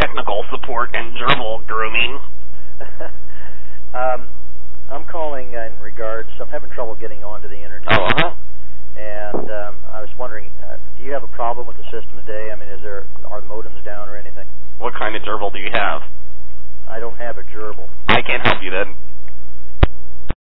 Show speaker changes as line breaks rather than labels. technical support and gerbil grooming.
um, I'm calling in regards. I'm having trouble getting onto the internet,
Oh, uh-huh.
and um, I was wondering, uh, do you have a problem with the system today? I mean, is there are modems down or anything?
What kind of gerbil do you have?
I don't have a gerbil.
I can't help you then.